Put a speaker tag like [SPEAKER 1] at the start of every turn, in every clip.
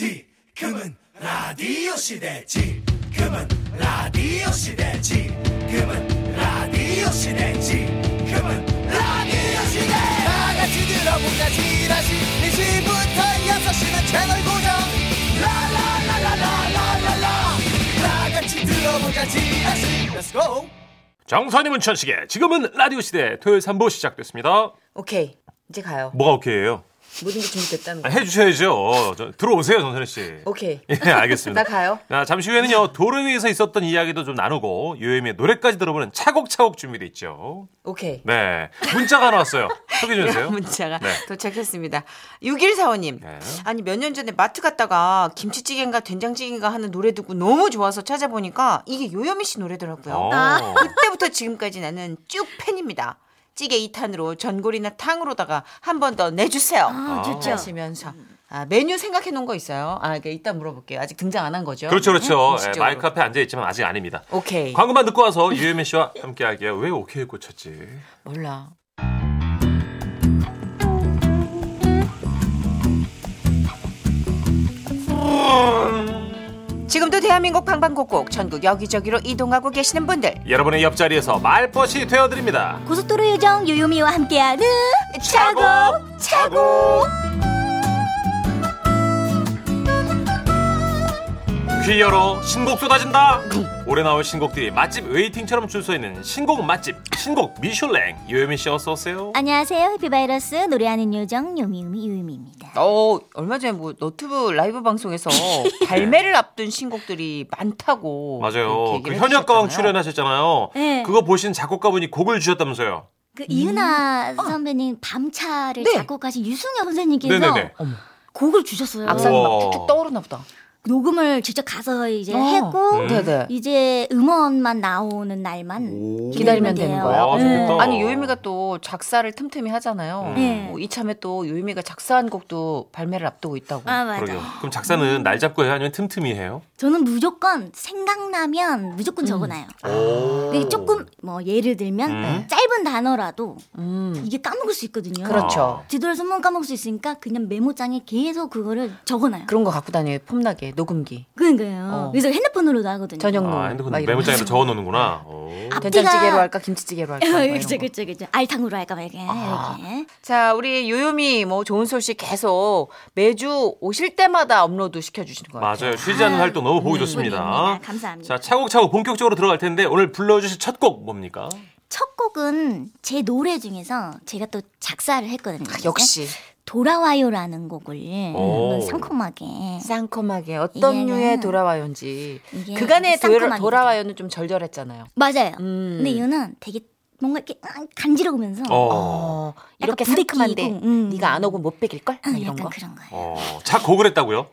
[SPEAKER 1] 지금은 라디오 시대 지금은 라디오 시대 지금은 라디오 시대 지금은 라디오 시대 다 같이 들어보자 지라시 네 2시부터 6시는 채널 고정 라라라라라라라라 다 같이 들어보자 지라시 Let's go
[SPEAKER 2] 정선이 문천식의 지금은 라디오 시대 토요일 3부 시작됐습니다.
[SPEAKER 3] 오케이 이제 가요.
[SPEAKER 2] 뭐가 오케이예요?
[SPEAKER 3] 모든 게 준비됐다는
[SPEAKER 2] 아,
[SPEAKER 3] 거.
[SPEAKER 2] 해주셔야죠. 저- 들어오세요, 정선이 씨.
[SPEAKER 3] 오케이.
[SPEAKER 2] 예, 알겠습니다.
[SPEAKER 3] 나 가요.
[SPEAKER 2] 자, 잠시 후에는요 도로 위에서 있었던 이야기도 좀 나누고 요예미의 노래까지 들어보는 차곡차곡 준비돼 있죠.
[SPEAKER 3] 오케이.
[SPEAKER 2] 네, 문자가 하나 왔어요. 소개해 주세요.
[SPEAKER 3] 문자가
[SPEAKER 2] 네.
[SPEAKER 3] 도착했습니다. 6145님.
[SPEAKER 2] 네.
[SPEAKER 3] 아니 몇 년 전에 마트 갔다가 김치찌개인가 된장찌개인가 하는 노래 듣고 너무 좋아서 찾아보니까 이게 요요미 씨 노래더라고요.
[SPEAKER 2] 오.
[SPEAKER 3] 그때부터 지금까지 나는 쭉 팬입니다. 찌개 2탄으로 전골이나 탕으로다가 한 번 더 내주세요.
[SPEAKER 2] 아.
[SPEAKER 3] 하시면서 아, 메뉴 생각해 놓은 거 있어요? 아, 이게 이따 물어볼게요. 아직 등장 안 한 거죠? 네?
[SPEAKER 2] 그렇죠, 그렇죠. 예,
[SPEAKER 3] 공식적으로.
[SPEAKER 2] 마이크 앞에 앉아 있지만 아직 아닙니다.
[SPEAKER 3] 오케이.
[SPEAKER 2] 광고만 듣고 와서 유혜민 씨와 함께하기에 왜 오케이 꽂혔지?
[SPEAKER 3] 몰라. 지금도 대한민국 방방곡곡 전국 여기저기로 이동하고 계시는 분들
[SPEAKER 2] 여러분의 옆자리에서 말벗이 되어드립니다.
[SPEAKER 4] 뭐. 고속도로 요정 요요미와 함께하는
[SPEAKER 3] 차곡 차곡
[SPEAKER 2] 귀 열어 신곡 쏟아진다.
[SPEAKER 3] 음.
[SPEAKER 2] 올해 나올 신곡들이 맛집 웨이팅처럼 줄 서 있는 신곡 맛집 신곡 미슐랭 유혜민 씨 어서 오세요.
[SPEAKER 4] 안녕하세요 해피바이러스 노래하는 요정 요미요미 요요미입니다.
[SPEAKER 3] 어 얼마 전에 뭐 너튜브 라이브 방송에서 발매를 앞둔 신곡들이 많다고 뭐 이렇게
[SPEAKER 2] 맞아요. 그
[SPEAKER 3] 얘기를
[SPEAKER 2] 현역가왕
[SPEAKER 3] 해주셨잖아요.
[SPEAKER 2] 출연하셨잖아요.
[SPEAKER 4] 네.
[SPEAKER 2] 그거 보신 작곡가분이 곡을 주셨다면서요.
[SPEAKER 4] 그 이은하 선배님 밤차를
[SPEAKER 3] 네.
[SPEAKER 4] 작곡하신 유승엽 선생님께서
[SPEAKER 2] 네네네.
[SPEAKER 4] 곡을 주셨어요.
[SPEAKER 3] 악상이 막
[SPEAKER 2] 우와.
[SPEAKER 3] 툭툭 떠오르나 보다.
[SPEAKER 4] 녹음을 직접 가서 이제
[SPEAKER 3] 어.
[SPEAKER 4] 했고
[SPEAKER 2] 음.
[SPEAKER 3] 네네.
[SPEAKER 4] 이제 음원만 나오는 날만
[SPEAKER 3] 기다리면 되는
[SPEAKER 4] 돼요.
[SPEAKER 3] 거예요?
[SPEAKER 2] 아, 좋겠다.
[SPEAKER 4] 네.
[SPEAKER 3] 아니 요유미가 또 작사를 틈틈이 하잖아요.
[SPEAKER 4] 네.
[SPEAKER 3] 뭐 이참에 또 요유미가 작사한 곡도 발매를 앞두고 있다고.
[SPEAKER 4] 아 맞아.
[SPEAKER 2] 그러게요. 그럼
[SPEAKER 3] 음.
[SPEAKER 2] 작사는 날 잡고 해요? 아니면 틈틈이 해요?
[SPEAKER 4] 저는 무조건 생각나면 무조건 적어놔요.
[SPEAKER 3] 음.
[SPEAKER 4] 근데 조금 뭐 예를 들면 뭐
[SPEAKER 2] 음.
[SPEAKER 4] 짧은 단어라도
[SPEAKER 3] 음.
[SPEAKER 4] 이게 까먹을 수 있거든요.
[SPEAKER 3] 그렇죠.
[SPEAKER 4] 뒤돌아서 문 까먹을 수 있으니까 그냥 메모장에 계속 그거를 적어놔요.
[SPEAKER 3] 그런 거 갖고 다녀요. 폼나게 녹음기.
[SPEAKER 4] 그러니까요.
[SPEAKER 3] 어.
[SPEAKER 4] 그래서 핸드폰으로도 하거든요.
[SPEAKER 3] 저녁
[SPEAKER 2] 아,
[SPEAKER 3] 녹음.
[SPEAKER 2] 핸드폰
[SPEAKER 3] 막 이런
[SPEAKER 2] 메모장에다
[SPEAKER 3] 거.
[SPEAKER 2] 적어 놓는구나. 오.
[SPEAKER 4] 앞뒤가-
[SPEAKER 3] 된장찌개로 할까 김치찌개로 할까 막 이런
[SPEAKER 4] 그쵸
[SPEAKER 3] 거.
[SPEAKER 4] 그쵸 그쵸. 알탕으로 할까 말까
[SPEAKER 2] 아,
[SPEAKER 4] 이렇게.
[SPEAKER 3] 자, 우리 요요미 뭐 좋은 소식 계속 매주 오실 때마다 업로드 시켜 주시는 거예요.
[SPEAKER 2] 맞아요. 쉬지 않는 활동 너무
[SPEAKER 3] 네,
[SPEAKER 2] 보기 좋습니다.
[SPEAKER 4] 덕분입니다. 감사합니다.
[SPEAKER 2] 자, 차곡차곡 본격적으로 들어갈 텐데 오늘 불러주실 첫 곡 뭡니까?
[SPEAKER 4] 음. 첫 곡은 제 노래 중에서 제가 또 작사를 했거든요.
[SPEAKER 3] 아, 역시
[SPEAKER 4] 네. 돌아와요라는 곡을
[SPEAKER 2] 오.
[SPEAKER 4] 한번 상콤하게.
[SPEAKER 3] 상콤하게 어떤
[SPEAKER 4] 이해는-
[SPEAKER 3] 류의 돌아와요인지
[SPEAKER 4] 이게
[SPEAKER 3] 그간의 도-
[SPEAKER 4] 상큼한
[SPEAKER 3] 돌아와요는 좀 절절했잖아요.
[SPEAKER 4] 맞아요.
[SPEAKER 3] 음.
[SPEAKER 4] 근데 이거는 되게 뭔가 이렇게 아, 간지러우면서
[SPEAKER 2] 어.
[SPEAKER 3] 어, 이렇게
[SPEAKER 4] 약간
[SPEAKER 3] 상큼한데
[SPEAKER 4] 부대끼고, 음.
[SPEAKER 3] 네가 안 오고 못 베길 걸
[SPEAKER 4] 아,
[SPEAKER 3] 이런
[SPEAKER 4] 약간
[SPEAKER 3] 거.
[SPEAKER 4] 그런 거예요.
[SPEAKER 2] 어. 작곡을 했다고요?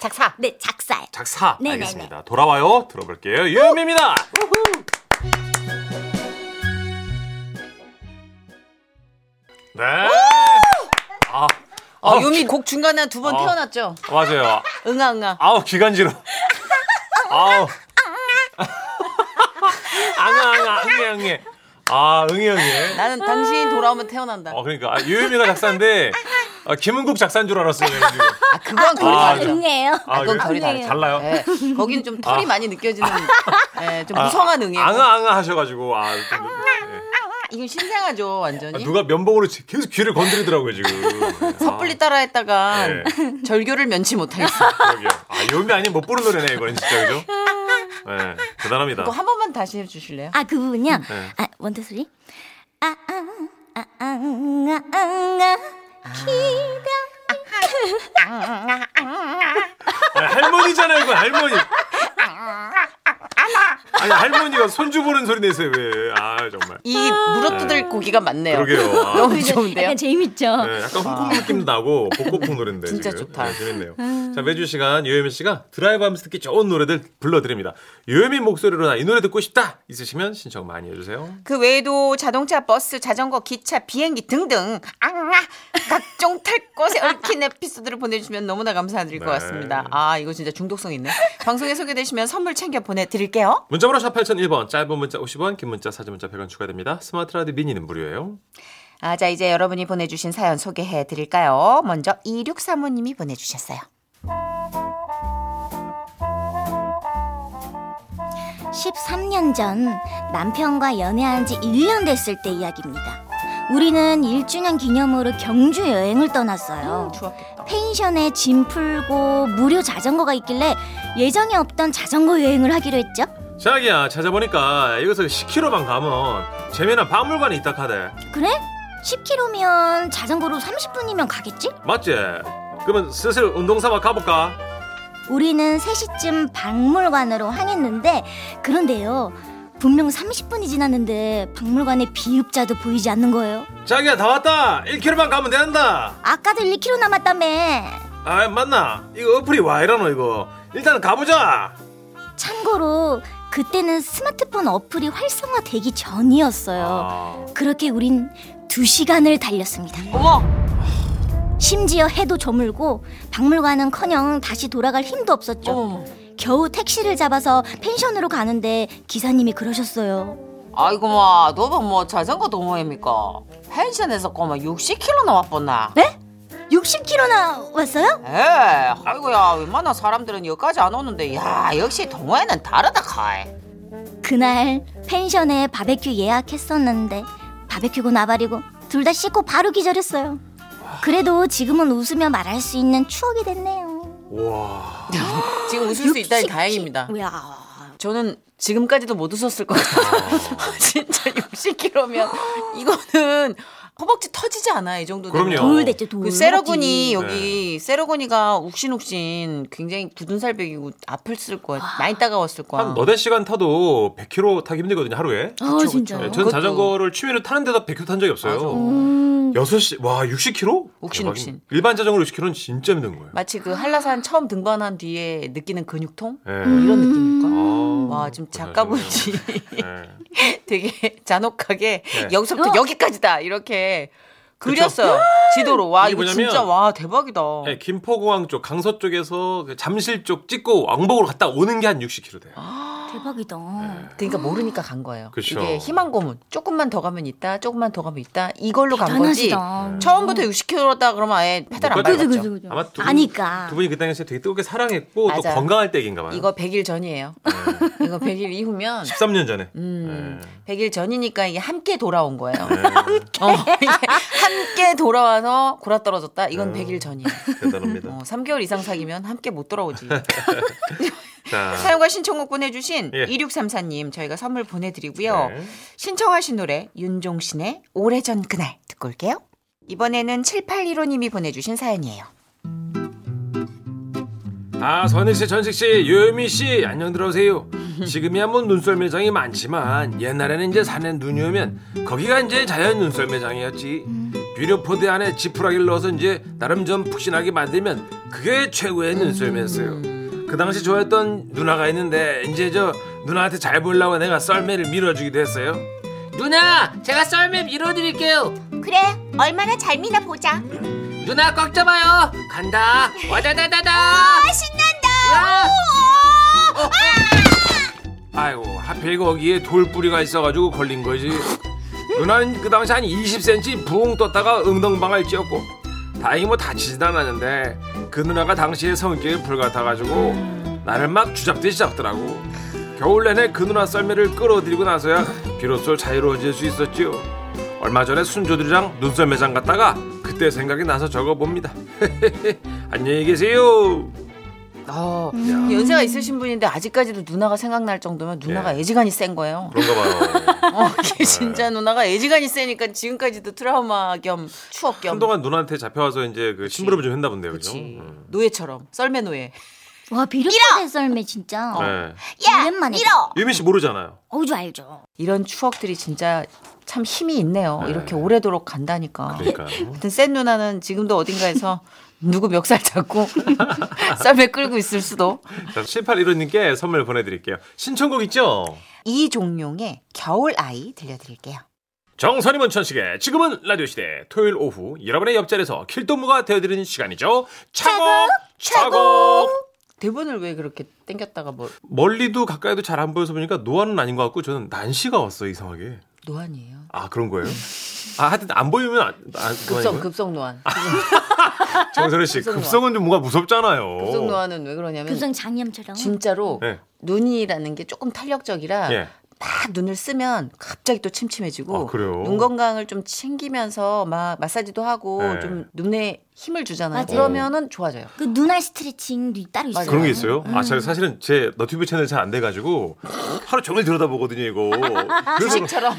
[SPEAKER 3] 작사.
[SPEAKER 4] 네 작사요.
[SPEAKER 2] 작사.
[SPEAKER 4] 네네네.
[SPEAKER 2] 알겠습니다. 돌아와요. 들어볼게요. 유미입니다. 네. 아,
[SPEAKER 3] 어,
[SPEAKER 2] 아,
[SPEAKER 3] 요미 곡 중간에 두 번
[SPEAKER 2] 아.
[SPEAKER 3] 태어났죠.
[SPEAKER 2] 맞아요.
[SPEAKER 3] 응아 응아.
[SPEAKER 2] 아우 기간지러. 아우. 앙아 앙아 응애 응애. 아 응애 응애.
[SPEAKER 3] 나는 당신이 돌아오면 태어난다.
[SPEAKER 2] 어 그러니까 아, 유미가 작사인데 아, 김은국 작사인 줄 알았어요. 내가 지금.
[SPEAKER 3] 아 그건 거리
[SPEAKER 2] 아,
[SPEAKER 3] 다르죠.
[SPEAKER 4] 응해요.
[SPEAKER 2] 아, 그래요?
[SPEAKER 3] 그건 결이 다르죠.
[SPEAKER 2] 달라요.
[SPEAKER 3] 예, 거긴 좀 털이
[SPEAKER 2] 아.
[SPEAKER 3] 많이 느껴지는 예, 좀 무성한 응애. 아,
[SPEAKER 2] 앙아 앙아 하셔가지고 아, 좀, 예.
[SPEAKER 3] 이건 신생아죠
[SPEAKER 2] 아,
[SPEAKER 3] 완전히.
[SPEAKER 2] 누가 면봉으로 지- 계속 귀를 건드리더라고요 지금.
[SPEAKER 3] 섣불리 따라했다가
[SPEAKER 2] 아. 네.
[SPEAKER 3] 절교를 면치 못하겠어.
[SPEAKER 2] 아, 그러게요. 아 요미 아니면 못 부른 노래네 이거는 진짜 그죠? 네, 대단합니다.
[SPEAKER 3] 그거 한 번만 다시 해주실래요?
[SPEAKER 4] 아, 그 부분이요?
[SPEAKER 2] 네.
[SPEAKER 4] 아, 원투 쓰리. 아, 아, 아, 아, 아, 아, 아, 기다.
[SPEAKER 2] 아니, 예, 할머니잖아요 이건 할머니. 아니 할머니가 손주 보는 소리 내세요 왜? 아 정말.
[SPEAKER 3] 이 물어뜯을 고기가 많네요.
[SPEAKER 2] 그러게요. 아,
[SPEAKER 3] 너무 좋은데요?
[SPEAKER 4] 약간 재밌죠?
[SPEAKER 2] 네, 약간 홍콩 느낌 나고 복고풍 노래인데
[SPEAKER 3] 진짜
[SPEAKER 2] 지금.
[SPEAKER 3] 좋다. 음.
[SPEAKER 2] 네, 재밌네요. 자 매주 시간 요예미 씨가 드라이브하면서 듣기 좋은 노래들 불러드립니다. 요예미 목소리로 나 이 노래 듣고 싶다 있으시면 신청 많이 해주세요.
[SPEAKER 3] 그 외에도 자동차, 버스, 자전거, 기차, 비행기 등등 앙아 각종 탈 곳에 얽힌 에피소드를 보내주시면 너무나 감사드릴 것
[SPEAKER 2] 네.
[SPEAKER 3] 같습니다. 아 이거 진짜 중독성 있네. 방송에 소개되시면 선물 챙겨 보내드릴게요.
[SPEAKER 2] 문자번호 샵 8001번 짧은 문자 50원 긴 문자 사진 문자 100원 추가됩니다. 스마트 라디오 미니는 무료예요.
[SPEAKER 3] 아, 자 이제 여러분이 보내주신 사연 소개해드릴까요? 먼저 2635님이 보내주셨어요.
[SPEAKER 4] 13년 전 남편과 연애한 지 1년 됐을 때 이야기입니다. 우리는 1주년 기념으로 경주 여행을
[SPEAKER 3] 아,
[SPEAKER 4] 떠났어요.
[SPEAKER 5] 음, 좋았겠다.
[SPEAKER 4] 펜션에 짐 풀고 무료 자전거가 있길래 예정에 없던 자전거 여행을 하기로 했죠.
[SPEAKER 2] 자기야 찾아보니까 여기서 10km만 가면 재미난 박물관이 있다 카대
[SPEAKER 4] 그래? 10km면 자전거로 30분이면 가겠지?
[SPEAKER 2] 맞지? 그러면 슬슬 운동 삼아 가볼까?
[SPEAKER 4] 우리는 3시쯤 박물관으로 향했는데 그런데요. 분명 30분이 지났는데 박물관의 비읍자도 보이지 않는 거예요.
[SPEAKER 2] 자기야 다 왔다 1km만 가면 된다
[SPEAKER 4] 아까도 1km 남았다며.
[SPEAKER 2] 아 맞나? 이거 어플이 와 이러노 이거 일단 가보자
[SPEAKER 4] 참고로 그때는 스마트폰 어플이 활성화되기 전이었어요.
[SPEAKER 2] 아,
[SPEAKER 4] 그렇게 우린 2시간을 달렸습니다.
[SPEAKER 5] 어머,
[SPEAKER 4] 심지어 해도 저물고 박물관은커녕 다시 돌아갈 힘도 없었죠.
[SPEAKER 5] 어머.
[SPEAKER 4] 겨우 택시를 잡아서 펜션으로 가는데 기사님이 그러셨어요.
[SPEAKER 3] 아이고 마 너도 뭐 자전거 동호회입니까? 펜션에서 꼬마 60km 나왔었나?
[SPEAKER 4] 네? 60km나 왔어요?
[SPEAKER 3] 에 아이고야 웬만한 사람들은 여기까지 안 오는데 야 역시 동호회는 다르다 카이
[SPEAKER 4] 그날 펜션에 바베큐 예약했었는데 바베큐고 나발이고 둘 다 씻고 바로 기절했어요. 그래도 지금은 웃으며 말할 수 있는 추억이 됐네요.
[SPEAKER 2] 와
[SPEAKER 3] 지금 웃을 수 있다니
[SPEAKER 4] 60km.
[SPEAKER 3] 다행입니다
[SPEAKER 4] 야,
[SPEAKER 3] 저는 지금까지도 못 웃었을 것 같아요 진짜 60km면 이거는 허벅지 터지지 않아 이 정도 되면
[SPEAKER 2] 그럼요.
[SPEAKER 4] 돌 됐죠 돌.
[SPEAKER 3] 그
[SPEAKER 2] 네.
[SPEAKER 3] 세러군이 여기 세러군이가 욱신욱신 굉장히 굳은 살배기고 아플었을 거야 많이 따가웠을 거야
[SPEAKER 2] 한 너댓 시간 타도 100km 타기 힘들거든요 하루에
[SPEAKER 4] 아 진짜.
[SPEAKER 2] 네,
[SPEAKER 4] 요
[SPEAKER 2] 전
[SPEAKER 3] 어, 그것도-
[SPEAKER 2] 자전거를 취미로 타는데다 100km 탄 적이 없어요
[SPEAKER 4] 음,
[SPEAKER 2] 여섯 시 와, 60km?
[SPEAKER 3] 욱신,
[SPEAKER 2] 대박이네.
[SPEAKER 3] 욱신.
[SPEAKER 2] 일반 자전거로 60km는 진짜 힘든 거예요.
[SPEAKER 3] 마치 그 한라산 처음 등반한 뒤에 느끼는 근육통
[SPEAKER 2] 예.
[SPEAKER 3] 음, 이런 느낌일까?
[SPEAKER 2] 아,
[SPEAKER 3] 와 지금 작가분이
[SPEAKER 2] 고생하시네요. 예.
[SPEAKER 3] 되게 잔혹하게
[SPEAKER 2] 네.
[SPEAKER 3] 여기서부터
[SPEAKER 4] 어.
[SPEAKER 3] 여기까지다 이렇게
[SPEAKER 2] 그쵸?
[SPEAKER 3] 그렸어요 지도로 와
[SPEAKER 2] 이게
[SPEAKER 3] 이거
[SPEAKER 2] 뭐냐면
[SPEAKER 3] 진짜 와 대박이다.
[SPEAKER 2] 네, 김포공항 쪽, 강서 쪽에서 그 잠실 쪽 찍고 왕복으로 갔다 오는 게 한 60km 돼요.
[SPEAKER 3] 아,
[SPEAKER 4] 대박이다.
[SPEAKER 3] 그러니까 모르니까 간 거예요.
[SPEAKER 2] 그쵸.
[SPEAKER 3] 이게 희망 고문 조금만 더 가면 있다, 조금만 더 가면 있다 이걸로 간 거지.
[SPEAKER 4] 대단하시다.
[SPEAKER 3] 처음부터 60km다 그러면 아예 페달 안
[SPEAKER 2] 못 가죠.
[SPEAKER 3] 밟았죠.
[SPEAKER 4] 그죠 그죠 그죠.
[SPEAKER 2] 아마 두 분-
[SPEAKER 4] 아니까.
[SPEAKER 2] 두 분이 그 당시에 되게 뜨겁게 사랑했고 또
[SPEAKER 3] 맞아요.
[SPEAKER 2] 건강할 때인가 봐요.
[SPEAKER 3] 이거 100일 전이에요.
[SPEAKER 2] 네.
[SPEAKER 3] 이거 100일 이후면
[SPEAKER 2] 13년 전에.
[SPEAKER 3] 음,
[SPEAKER 2] 예.
[SPEAKER 3] 100일 전이니까 이게 함께 돌아온 거예요.
[SPEAKER 2] 예.
[SPEAKER 3] 어, 이게 함께 돌아와서 고라 떨어졌다.
[SPEAKER 2] 음.
[SPEAKER 3] 이건 100일 전이에요.
[SPEAKER 2] 대단합니다.
[SPEAKER 3] 어, 3개월 이상 사귀면 함께 못 돌아오지.
[SPEAKER 2] 자.
[SPEAKER 5] 사연과 신청곡 보내주신
[SPEAKER 2] 아. 예.
[SPEAKER 3] 2634님 저희가 선물 보내드리고요.
[SPEAKER 2] 네.
[SPEAKER 3] 신청하신 노래 윤종신의 오래전 그날 듣고 올게요. 이번에는 7815님이 보내주신 사연이에요.
[SPEAKER 2] 아, 선희 씨, 전식 씨, 요미 씨, 안녕 들어오세요. 지금이야 뭐 눈썰 매장이 많지만 옛날에는 이제 산에 눈이 오면 거기가 이제 자연 눈썰 매장이었지. 유료 포대 안에 지푸라기를 넣어서 이제 나름 좀 푹신하게 만들면 그게 최고의 눈썰매였어요. 그 당시 좋아했던 누나가 있는데 이제 저 누나한테 잘 보려고 내가 썰매를 밀어주기도 했어요. 누나, 제가 썰매 밀어드릴게요.
[SPEAKER 4] 그래
[SPEAKER 3] 네,
[SPEAKER 4] 얼마나 잘 미나 보자.
[SPEAKER 2] 누나 꽉 잡아요. 간다. 와다다다다.
[SPEAKER 4] 아 신난다.
[SPEAKER 2] 아! 아이고 하필 거기에 돌뿌리가 있어가지고 걸린 거지 누나는 그 당시 한 20cm 부웅 떴다가 응덩방을 찧었고 다행히 뭐 다치진 않았는데 그 누나가 당시에 성격이 불같아가지고 나를 막 주잡듯이 잡더라고 겨울 내내 그 누나 썰매를 끌어들이고 나서야 비로소 자유로워질 수 있었지요 얼마 전에 순조들이랑 눈썰매장 갔다가 그때 생각이 나서 적어봅니다 안녕히 계세요
[SPEAKER 3] 어, 연세가 있으신 분인데 아직까지도 누나가 생각날 정도면 누나가 애지간히 센 거예요.
[SPEAKER 2] 그런가 봐요
[SPEAKER 3] 어,
[SPEAKER 2] 네.
[SPEAKER 3] 이게 진짜 누나가 애지간히 세니까 지금까지도 트라우마 겸 추억 겸
[SPEAKER 2] 한동안 누나한테 잡혀와서 이제 그 심부름 좀 했나 본데요, 그죠?
[SPEAKER 3] 그치.
[SPEAKER 2] 음.
[SPEAKER 3] 노예처럼 썰매 노예.
[SPEAKER 4] 와 비빔밥 썰매 진짜.
[SPEAKER 3] 어.
[SPEAKER 2] 네.
[SPEAKER 4] 야 오랜만에. 밀어.
[SPEAKER 2] 유민 씨 모르잖아요.
[SPEAKER 4] 어우 알죠.
[SPEAKER 3] 이런 추억들이 진짜 참 힘이 있네요.
[SPEAKER 2] 네.
[SPEAKER 3] 이렇게 오래도록 간다니까.
[SPEAKER 2] 그러니까
[SPEAKER 3] 아무튼 센 누나는 지금도 어딘가에서 누구 멱살 잡고 썰매 끌고 있을 수도.
[SPEAKER 2] 7815님께 선물 보내드릴게요. 신청곡 있죠?
[SPEAKER 3] 이종용의 겨울 아이 들려드릴게요.
[SPEAKER 2] 정선이 문천식의 지금은 라디오 시대 토요일 오후 여러분의 옆자리에서 킬동무가 되어드리는 시간이죠. 차곡 차곡
[SPEAKER 3] 대본을 왜 그렇게 땡겼다가 뭐
[SPEAKER 2] 멀리도 가까이도 잘 안 보여서 보니까 노안은 아닌 것 같고 저는 난시가 왔어 이상하게.
[SPEAKER 3] 노안이에요.
[SPEAKER 2] 아 그런 거예요? 아 하여튼 안 보이면 안, 안
[SPEAKER 3] 급성 급성 노안.
[SPEAKER 2] 정선혜 씨
[SPEAKER 3] 급성 노화.
[SPEAKER 2] 급성은 좀 뭔가 무섭잖아요.
[SPEAKER 3] 급성 노화는 왜 그러냐면
[SPEAKER 4] 금성 장염처럼.
[SPEAKER 3] 진짜로
[SPEAKER 2] 예.
[SPEAKER 3] 눈이라는 게 조금 탄력적이라
[SPEAKER 2] 예.
[SPEAKER 3] 막 눈을 쓰면 갑자기 또 침침해지고
[SPEAKER 2] 아, 그래요?
[SPEAKER 3] 눈 건강을 좀 챙기면서 막 마사지도 하고
[SPEAKER 2] 네.
[SPEAKER 3] 좀 눈에 힘을 주잖아요.
[SPEAKER 4] 맞아요.
[SPEAKER 3] 그러면은 좋아져요.
[SPEAKER 4] 그 눈알 스트레칭도 따로 있어요.
[SPEAKER 3] 예.
[SPEAKER 2] 그런 게 있어요? 아, 제가 사실은 제 너튜브 채널 잘 안 돼가지고 하루 종일 들여다보거든요, 이거. 그래서,
[SPEAKER 3] 주식처럼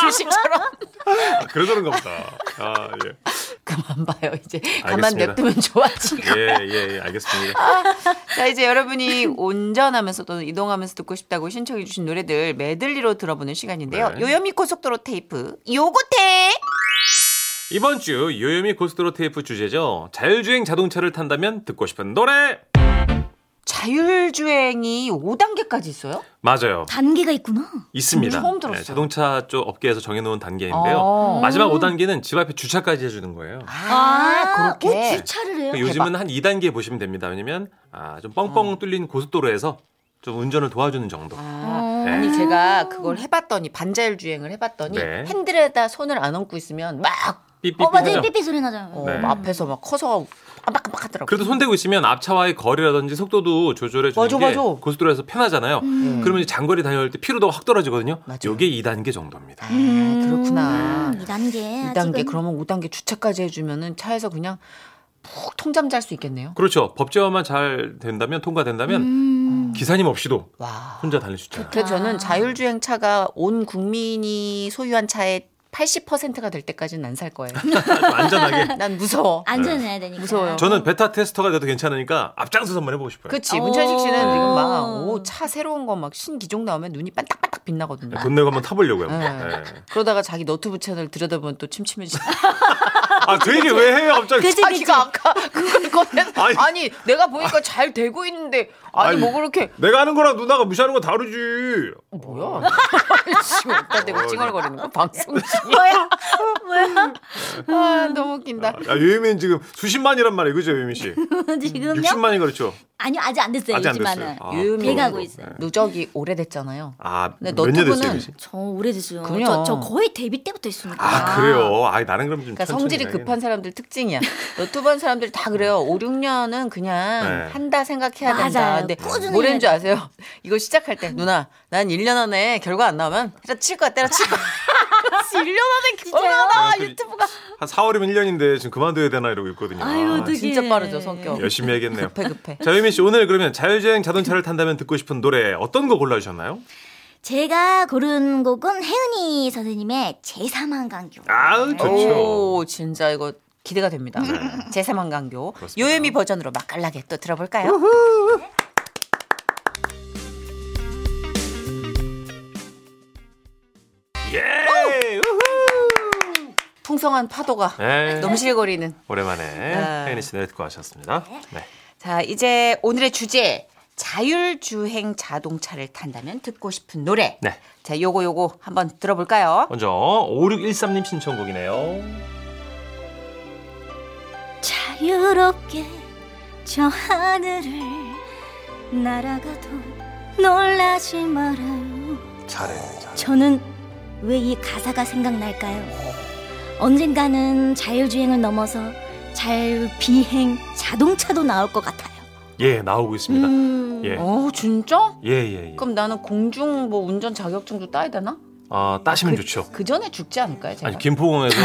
[SPEAKER 3] 주식처럼
[SPEAKER 2] 아, 그래서 그런가 보다. 아, 예.
[SPEAKER 3] 그만 봐요 이제 가만
[SPEAKER 2] 알겠습니다.
[SPEAKER 3] 냅두면 좋아지고
[SPEAKER 2] 예, 예, 예, 알겠습니다.
[SPEAKER 3] 자 이제 여러분이 운전하면서 또 이동하면서 듣고 싶다고 신청해 주신 노래들 메들리로 들어보는 시간인데요.
[SPEAKER 2] 네.
[SPEAKER 3] 요요미 고속도로 테이프 요고테
[SPEAKER 2] 이번 주 요요미 고스트로 테이프 주제죠. 자율주행 자동차를 탄다면 듣고 싶은 노래!
[SPEAKER 3] 자율주행이 5단계까지 있어요?
[SPEAKER 2] 맞아요.
[SPEAKER 4] 단계가 있구나.
[SPEAKER 2] 있습니다.
[SPEAKER 3] 처음 들었어요.
[SPEAKER 2] 예, 자동차 쪽 업계에서 정해놓은 단계인데요.
[SPEAKER 3] 어.
[SPEAKER 2] 마지막 5단계는 집 앞에 주차까지 해주는 거예요.
[SPEAKER 3] 아,
[SPEAKER 4] 어,
[SPEAKER 3] 그렇게
[SPEAKER 4] 주차를 해요.
[SPEAKER 2] 그러니까 요즘은 한 2단계 보시면 됩니다. 왜냐면 아, 좀 뻥뻥 뚫린 고속도로에서 좀 운전을 도와주는 정도.
[SPEAKER 3] 어. 아,
[SPEAKER 2] 네.
[SPEAKER 3] 아니 제가 그걸 해봤더니 반자율 주행을 해봤더니
[SPEAKER 2] 네.
[SPEAKER 3] 핸들에다 손을 안 얹고 있으면 막
[SPEAKER 2] 삐삐삐
[SPEAKER 4] 어 맞아요.
[SPEAKER 2] 하죠.
[SPEAKER 4] 삐삐 소리 나잖아요.
[SPEAKER 3] 어,
[SPEAKER 2] 네.
[SPEAKER 3] 막 앞에서 막 커서 깜빡깜빡 하더라고.
[SPEAKER 2] 그래도 손대고 있으면 앞차와의 거리라든지 속도도 조절해 주는
[SPEAKER 3] 맞아,
[SPEAKER 2] 게
[SPEAKER 3] 맞아.
[SPEAKER 2] 고속도로에서 편하잖아요. 그러면 이제 장거리 다녀올 때 피로도가 확 떨어지거든요.
[SPEAKER 3] 맞아요.
[SPEAKER 2] 요게 2단계 정도입니다.
[SPEAKER 3] 아, 그렇구나.
[SPEAKER 4] 음, 2단계.
[SPEAKER 3] 2단계 그러면 5단계 주차까지 해주면은 차에서 그냥 푹 통잠 잘 수 있겠네요.
[SPEAKER 2] 그렇죠. 법제화만 잘 된다면 통과된다면
[SPEAKER 4] 음,
[SPEAKER 3] 음.
[SPEAKER 2] 기사님 없이도
[SPEAKER 3] 와.
[SPEAKER 2] 혼자 달릴 수 있잖아요.
[SPEAKER 3] 그래서 저는 자율주행 차가 온 국민이 소유한 차의 80%가 될 때까지는 안 살 거예요.
[SPEAKER 2] 좀 안전하게.
[SPEAKER 3] 난
[SPEAKER 4] 아.
[SPEAKER 3] 무서워.
[SPEAKER 4] 안전해야 되니까.
[SPEAKER 3] 무서워요.
[SPEAKER 2] 저는 베타 테스터가 돼도 괜찮으니까 앞장서서 한번 해보고 싶어요.
[SPEAKER 3] 그치 문천식 씨는
[SPEAKER 2] 오.
[SPEAKER 3] 지금 막오차 새로운 거 막 신기종 나오면 눈이 반딱반딱 빛나거든요.
[SPEAKER 2] 돈 내고 한번 타보려고요.
[SPEAKER 3] 네.
[SPEAKER 2] 네.
[SPEAKER 3] 그러다가 자기 너튜브 채널 들여다보면 또 침침해지죠.
[SPEAKER 2] 아 되게 왜 해요 갑자기?
[SPEAKER 4] 그치, 그치.
[SPEAKER 3] 자기가 아까 그걸 꺼내
[SPEAKER 2] 아니.
[SPEAKER 3] 아니, 아니 내가 보니까 잘 되고 있는데 아니,
[SPEAKER 2] 아니.
[SPEAKER 3] 뭐 그렇게 어,
[SPEAKER 2] 내가 하는 거랑 누나가 무시하는 거 다르지. 어.
[SPEAKER 3] 뭐야? 지금 어디다 대고 찡얼거리는
[SPEAKER 2] 네.
[SPEAKER 3] 거 방송 중에
[SPEAKER 4] 뭐야? 뭐야?
[SPEAKER 3] 아, 너무 웃긴다.
[SPEAKER 2] 아, 유혜민 지금 수십만이란 말이에요, 그죠, 유혜민 씨?
[SPEAKER 4] 지금요?
[SPEAKER 2] 60만이 그렇죠.
[SPEAKER 4] 아니요 아직 안 됐어요.
[SPEAKER 2] 아직 안
[SPEAKER 4] 이지만은.
[SPEAKER 2] 됐어요. 아,
[SPEAKER 3] 네, 유미
[SPEAKER 4] 돼가고 있어요. 네.
[SPEAKER 3] 누적이 오래됐잖아요.
[SPEAKER 2] 아,
[SPEAKER 3] 근데
[SPEAKER 2] 몇 년 됐어요,
[SPEAKER 3] 네, 너튜브는
[SPEAKER 2] 유혜민 씨?
[SPEAKER 4] 저 오래됐어요.
[SPEAKER 3] 그럼요.
[SPEAKER 4] 저, 저 거의 데뷔 때부터 있으니까.
[SPEAKER 2] 아, 그래요. 아, 나는 그럼 좀
[SPEAKER 3] 그러니까
[SPEAKER 2] 천천히
[SPEAKER 3] 성질이
[SPEAKER 2] 가긴. 음.
[SPEAKER 3] 급한 사람들 특징이야. 너튜브 한 사람들이 다 그래요. 5, 6년은 그냥
[SPEAKER 2] 네.
[SPEAKER 3] 한다 생각해야
[SPEAKER 4] 맞아요.
[SPEAKER 3] 된다. 근데
[SPEAKER 4] 꾸준히
[SPEAKER 3] 뭐라는
[SPEAKER 4] 해야
[SPEAKER 3] 줄 아세요? 이거 시작할 때 누나 난 1년 안에 결과 안 나오면 때려칠 거야 때려칠 거야. 1년 안에 결과 나와
[SPEAKER 2] 네, 그-
[SPEAKER 3] 유튜브가.
[SPEAKER 2] 한 4월이면 1년인데 지금 그만둬야 되나 이러고 있거든요.
[SPEAKER 4] 아유,
[SPEAKER 2] 아,
[SPEAKER 4] 어떡해.
[SPEAKER 3] 진짜 빠르죠 성격.
[SPEAKER 2] 열심히 해야겠네요.
[SPEAKER 3] 급해 급해.
[SPEAKER 2] 자, 유혜민 씨 오늘 그러면 자율주행 자동차를 탄다면 듣고 싶은 노래 어떤 거 골라주셨나요?
[SPEAKER 4] 제가 고른 곡은 혜은이 선생님의 제3항 강교.
[SPEAKER 2] 아우, 좋죠.
[SPEAKER 3] 오 진짜 이거 기대가 됩니다. 제3항 강교
[SPEAKER 2] 네. 그렇습니다.
[SPEAKER 3] 요요미 버전으로 맛깔나게 또 들어볼까요?
[SPEAKER 2] 예! 우후!
[SPEAKER 3] 풍성한 파도가
[SPEAKER 2] 네.
[SPEAKER 3] 넘실거리는.
[SPEAKER 2] 오랜만에
[SPEAKER 3] 아.
[SPEAKER 2] 혜은이 씨 노래 듣고 하셨습니다. 네.
[SPEAKER 3] 자 이제 오늘의 주제 자율주행 자동차를 탄다면 듣고 싶은 노래.
[SPEAKER 2] 네.
[SPEAKER 3] 자 요거 요거 한번 들어볼까요?
[SPEAKER 2] 먼저 5613님 신청곡이네요.
[SPEAKER 4] 자유롭게 저 하늘을 날아가도 놀라지 말아요.
[SPEAKER 2] 잘해.
[SPEAKER 4] 저는 왜 이 가사가 생각날까요? 언젠가는 자율주행을 넘어서 자율비행 자동차도 나올 것 같아요.
[SPEAKER 2] 예, 나오고 있습니다.
[SPEAKER 4] 음,
[SPEAKER 2] 예.
[SPEAKER 3] 어 진짜?
[SPEAKER 2] 예, 예, 예.
[SPEAKER 3] 그럼 나는 공중 뭐 운전 자격증도 따야 되나?
[SPEAKER 2] 아, 따시면
[SPEAKER 3] 그-
[SPEAKER 2] 좋죠.
[SPEAKER 3] 그 전에 죽지 않을까요 제가?
[SPEAKER 2] 아니, 김포공에서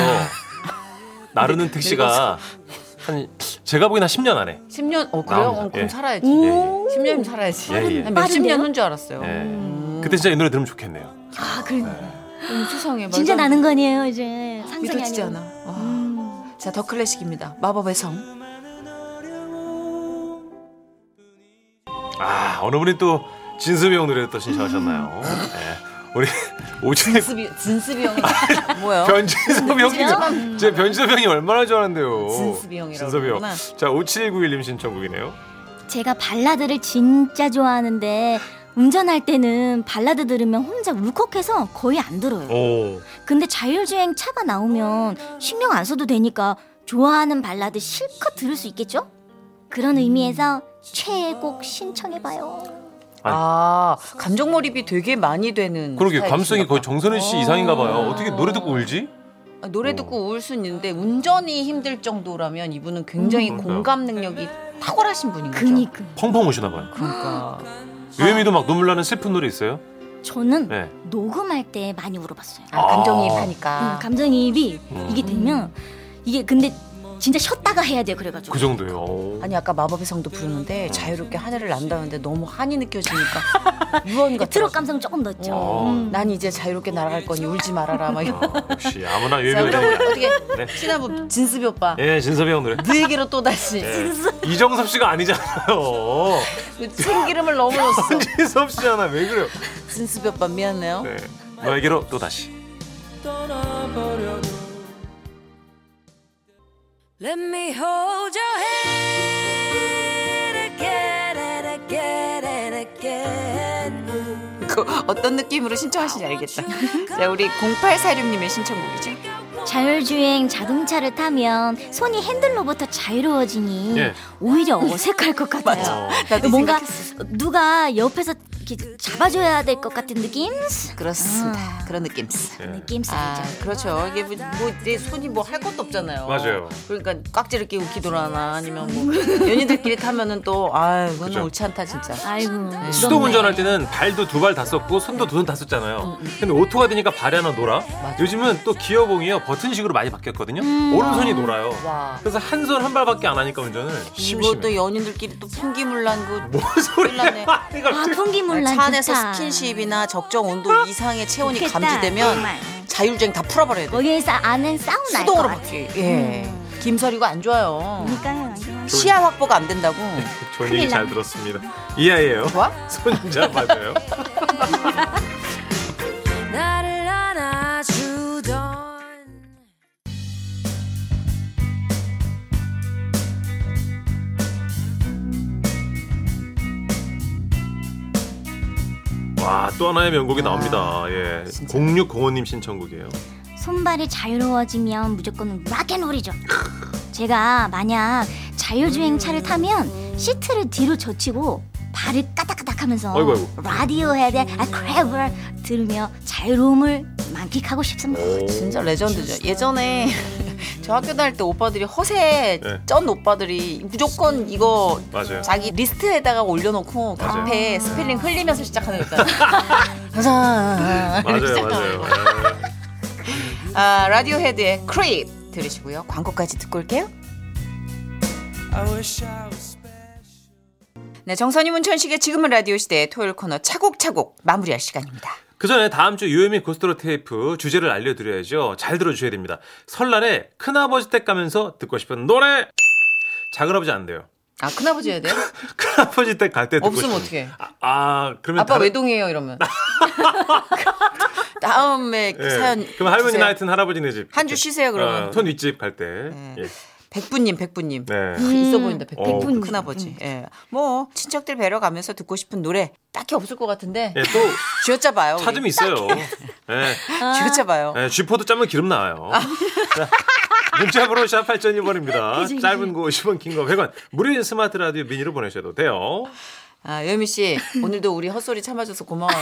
[SPEAKER 2] 나르는 택시가 한 제가 보기엔 한 10년 안에
[SPEAKER 3] 10년 어 그래요?
[SPEAKER 2] 나옵니다.
[SPEAKER 3] 어,
[SPEAKER 2] 예.
[SPEAKER 3] 그럼 살아야지.
[SPEAKER 2] 예, 예.
[SPEAKER 3] 10년이면 살아야지.
[SPEAKER 2] 예, 예.
[SPEAKER 3] 몇십
[SPEAKER 4] 빠른데요?
[SPEAKER 3] 년 후인 줄 알았어요.
[SPEAKER 2] 예.
[SPEAKER 3] 음.
[SPEAKER 2] 그때 진짜 이 노래 들으면 좋겠네요.
[SPEAKER 4] 아, 그러네.
[SPEAKER 3] 음, 세상에
[SPEAKER 4] 진짜
[SPEAKER 3] 말도 안
[SPEAKER 4] 나는 거 아니에요, 이제. 상상이 음.
[SPEAKER 3] 믿어지지
[SPEAKER 4] 아니고.
[SPEAKER 3] 않아. 와. 자, 더 클래식입니다. 마법의 성.
[SPEAKER 2] 아, 어느 분이 또 진섭이 형 노래를 또
[SPEAKER 3] 음.
[SPEAKER 2] 신청하셨나요? 예. 우리 오진의
[SPEAKER 3] 진스비 진스비 형이 뭐야?
[SPEAKER 2] 변진섭 형이
[SPEAKER 4] 진짜?
[SPEAKER 2] 제 변진섭 형이 얼마나 좋아하는데요.
[SPEAKER 3] 진섭이 형이라고
[SPEAKER 2] 진섭이 형.
[SPEAKER 3] 그러구나.
[SPEAKER 2] 자, 5791님 신청곡이네요.
[SPEAKER 4] 제가 발라드를 진짜 좋아하는데 운전할 때는 발라드 들으면 혼자 울컥해서 거의 안 들어요.
[SPEAKER 2] 오.
[SPEAKER 4] 근데 자율주행 차가 나오면 신경 안 써도 되니까 좋아하는 발라드 실컷 들을 수 있겠죠? 그런 의미에서 최애곡 신청해봐요.
[SPEAKER 3] 아, 감정 몰입이 되게 많이 되는
[SPEAKER 2] 그러게
[SPEAKER 3] 스타일이신가
[SPEAKER 2] 감성이 거의
[SPEAKER 3] 봐.
[SPEAKER 2] 정선우 씨 이상인가 봐요. 어떻게 노래 듣고 울지?
[SPEAKER 3] 아, 노래 듣고 울 수는 있는데 운전이 힘들 정도라면 이분은 굉장히
[SPEAKER 2] 음, 그러니까요.
[SPEAKER 3] 공감 능력이 탁월하신 분인 거죠.
[SPEAKER 4] 그니까
[SPEAKER 2] 펑펑 우시나 봐요.
[SPEAKER 3] 그러니까.
[SPEAKER 2] 유혜미도 막 눈물 나는 슬픈 노래 있어요?
[SPEAKER 4] 저는
[SPEAKER 2] 네.
[SPEAKER 4] 녹음할 때 많이 울어봤어요.
[SPEAKER 3] 아,
[SPEAKER 4] 음,
[SPEAKER 3] 감정이입하니까.
[SPEAKER 4] 감정이입이
[SPEAKER 2] 음.
[SPEAKER 4] 이게 되면 이게 근데 진짜 쉬었다가 해야 돼요. 그래가지고
[SPEAKER 2] 그 정도예요. 오.
[SPEAKER 3] 아니 아까 마법의 성도
[SPEAKER 2] 음.
[SPEAKER 3] 부르는데 자유롭게 하늘을 난다는데 너무 한이 느껴지니까 유언 같아.
[SPEAKER 4] 그러니까 트롯 감성 조금 넣었죠.
[SPEAKER 2] 어,
[SPEAKER 3] 난 이제 자유롭게 날아갈 거니 울지 말아라 막 이런.
[SPEAKER 2] 아, 역시 아무나
[SPEAKER 3] 자,
[SPEAKER 2] 유혜미가
[SPEAKER 3] 그럼
[SPEAKER 2] 되니까.
[SPEAKER 3] 어떻게
[SPEAKER 2] 네.
[SPEAKER 3] 친아부 진수비 오빠
[SPEAKER 2] 예, 진섭이 형 노래.
[SPEAKER 3] 너에게로 또 다시
[SPEAKER 2] 예. 이정섭 씨가 아니잖아요.
[SPEAKER 3] 그 참기름을 너무 넣었어.
[SPEAKER 2] 진섭 씨잖아. 왜 그래요?
[SPEAKER 3] 진수비 오빠 미안해요.
[SPEAKER 2] 네. 너에게로 또 다시.
[SPEAKER 6] Let me hold your hand again and again and again.
[SPEAKER 2] 네.
[SPEAKER 7] 그 어떤 느낌으로 신청하시는지 알겠다. 자, 우리 0846님의 신청곡이죠.
[SPEAKER 4] 자율주행 자동차를 타면 손이 핸들로부터 자유로워지니
[SPEAKER 2] 예.
[SPEAKER 4] 오히려 어색할 것 같아요.
[SPEAKER 3] 나도
[SPEAKER 4] 뭔가 누가 옆에서 이렇게 잡아줘야 될 것 같은 느낌?
[SPEAKER 3] 그렇습니다. 그런 느낌.
[SPEAKER 2] 예.
[SPEAKER 4] 느낌 쓰죠.
[SPEAKER 3] 예. 아 그렇죠. 이게 뭐 내 손이 뭐 할 것도 없잖아요.
[SPEAKER 2] 맞아요.
[SPEAKER 3] 그러니까 꽉지를 끼고 기도를 하나 아니면 뭐 연인들끼리 타면은 또아 이거는
[SPEAKER 2] 그죠.
[SPEAKER 3] 옳지 않다 진짜.
[SPEAKER 4] 아이고 부럽네.
[SPEAKER 2] 음. 수동 운전할 때는 발도 두 발 다 썼고 손도 두 손 다 썼잖아요.
[SPEAKER 3] 음,
[SPEAKER 2] 근데 오토가 되니까 발이 하나 놀아. 요즘은 또 기어봉이요 버튼식으로 많이 바뀌었거든요. 오른손이 놀아요.
[SPEAKER 3] 음. 와.
[SPEAKER 2] 그래서 한 손 한 발밖에 안 하니까 운전을
[SPEAKER 3] 이것도
[SPEAKER 2] 심심해. 뭐?
[SPEAKER 3] 연인들끼리 또 풍기물난 그.
[SPEAKER 2] 뭔 소리야?
[SPEAKER 3] 큰일
[SPEAKER 4] 아
[SPEAKER 2] 갑자기.
[SPEAKER 4] 풍기물란
[SPEAKER 3] 차 안에서
[SPEAKER 4] 좋다.
[SPEAKER 3] 스킨십이나 적정 온도 이상의 체온이
[SPEAKER 4] 좋겠다,
[SPEAKER 3] 감지되면
[SPEAKER 4] 정말.
[SPEAKER 3] 자율주행 다 풀어버려야 돼.
[SPEAKER 4] 거기에서 아는 싸움 날것
[SPEAKER 3] 수동으로
[SPEAKER 4] 같아.
[SPEAKER 3] 바뀌. 예. 김서리가 안 좋아요.
[SPEAKER 2] 음.
[SPEAKER 4] 그러니까요. 이거는
[SPEAKER 3] 시야 확보가 안 된다고.
[SPEAKER 2] 네. 좋은 얘기 잘 들었습니다. 이하예요.
[SPEAKER 3] 좋아?
[SPEAKER 2] 손자 받아요.
[SPEAKER 6] 나를 안아주던
[SPEAKER 2] 와 또 하나의
[SPEAKER 3] 아,
[SPEAKER 2] 명곡이 나옵니다. 예, 0605님 신청곡이에요.
[SPEAKER 4] 손발이 자유로워지면 무조건 락앤홀이죠. 제가 만약 자율주행
[SPEAKER 2] 음.
[SPEAKER 4] 차를 타면 시트를 뒤로 젖히고 발을 까닥까닥하면서
[SPEAKER 2] 아이고, 아이고.
[SPEAKER 4] 라디오 헤드 아 크래블 들으며 자유로움을 만끽하고 싶습니다.
[SPEAKER 3] 진짜 레전드죠. 예전에 저 학교 다닐 때 오빠들이 허세
[SPEAKER 2] 네.
[SPEAKER 3] 쩐 오빠들이 무조건 이거
[SPEAKER 2] 맞아요.
[SPEAKER 3] 자기 리스트에다가 올려놓고
[SPEAKER 2] 맞아요.
[SPEAKER 3] 앞에 스펠링 흘리면서 시작하는 거 있잖아요.
[SPEAKER 2] 맞아요, 맞아요. 예.
[SPEAKER 3] 아, 라디오 헤드의 크립 들으시고요. 광고까지 듣고 올게요. 네, 정선이 문천식의 지금은 라디오 시대 토요일 코너 차곡차곡 마무리할 시간입니다.
[SPEAKER 2] 그 전에 다음 주 유혜미 고스트로 테이프 주제를 알려드려야죠. 잘 들어주셔야 됩니다. 설날에 큰아버지 댁 가면서 듣고 싶은 노래. 작은아버지 안 돼요.
[SPEAKER 3] 아, 큰아버지 해야 돼요?
[SPEAKER 2] 큰아버지 댁 갈 때 듣고 싶은.
[SPEAKER 3] 없으면 어떡해.
[SPEAKER 2] 아, 아, 그러면
[SPEAKER 3] 아빠
[SPEAKER 2] 다른-
[SPEAKER 3] 외동이에요 이러면. 다음에
[SPEAKER 2] 예.
[SPEAKER 3] 사연.
[SPEAKER 2] 그럼 할머니
[SPEAKER 3] 주세요.
[SPEAKER 2] 나이튼 할아버지네 집.
[SPEAKER 3] 한주 쉬세요, 그러면. 네.
[SPEAKER 2] 아, 손 윗집 갈 때. 예.
[SPEAKER 3] 백부님, 백부님. 아,
[SPEAKER 2] 네.
[SPEAKER 3] 있어 보인다 백부.
[SPEAKER 2] 백부님.
[SPEAKER 3] 님 큰아버지. 예. 뭐 친척들 뵈러 가면서 듣고 싶은 노래 딱히 없을 것 같은데.
[SPEAKER 2] 예, 또
[SPEAKER 3] 쥐어짜봐요. 우리.
[SPEAKER 2] 찾으면 있어요. 예.
[SPEAKER 3] 쥐어짜봐요.
[SPEAKER 2] 네, 쥐포도 짜면 기름 나와요. 자, 문자번호 샵 8001번입니다. 짧은 거 50원, 긴 거 100원. 무료인 스마트 라디오 미니로 보내셔도 돼요.
[SPEAKER 3] 아 여미 씨 오늘도 우리 헛소리 참아줘서 고마워요.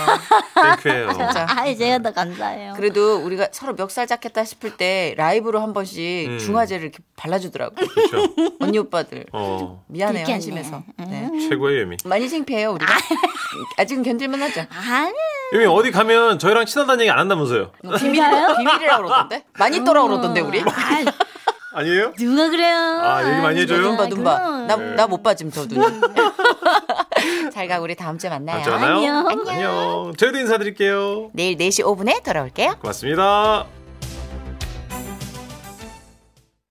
[SPEAKER 2] 땡큐예요.
[SPEAKER 3] 진짜.
[SPEAKER 4] 아, 제가 더 감사해요.
[SPEAKER 3] 그래도 우리가 서로 멱살 잡겠다 싶을 때 라이브로 한 번씩
[SPEAKER 2] 음.
[SPEAKER 3] 중화제를 이렇게 발라주더라고.
[SPEAKER 2] 그렇죠.
[SPEAKER 3] 언니 오빠들.
[SPEAKER 2] 어,
[SPEAKER 3] 미안해요
[SPEAKER 4] 그렇겠네.
[SPEAKER 3] 한심해서. 네.
[SPEAKER 2] 최고의 예미.
[SPEAKER 3] 많이 창피해요 우리가. 아직은 견딜만하죠.
[SPEAKER 4] 아,
[SPEAKER 2] 예미 어디 가면 저희랑 친하다는 얘기 안 한다면서요?
[SPEAKER 3] 뭐 비밀 비밀이라고 그러던데? 많이 떠라 그러던데 우리?
[SPEAKER 4] 아,
[SPEAKER 2] 아니에요?
[SPEAKER 4] 누가 그래요?
[SPEAKER 2] 아, 얘기 많이 해줘요?
[SPEAKER 3] 눈봐 눈봐.
[SPEAKER 4] 그럼.
[SPEAKER 3] 나 나 못 봐 지금 저 눈. 잘 가 우리 다음 주에 만나요.
[SPEAKER 2] 맞잖아요.
[SPEAKER 4] 안녕.
[SPEAKER 2] 안녕. 저희도 인사드릴게요.
[SPEAKER 3] 내일 4시 5분에 돌아올게요.
[SPEAKER 2] 고맙습니다.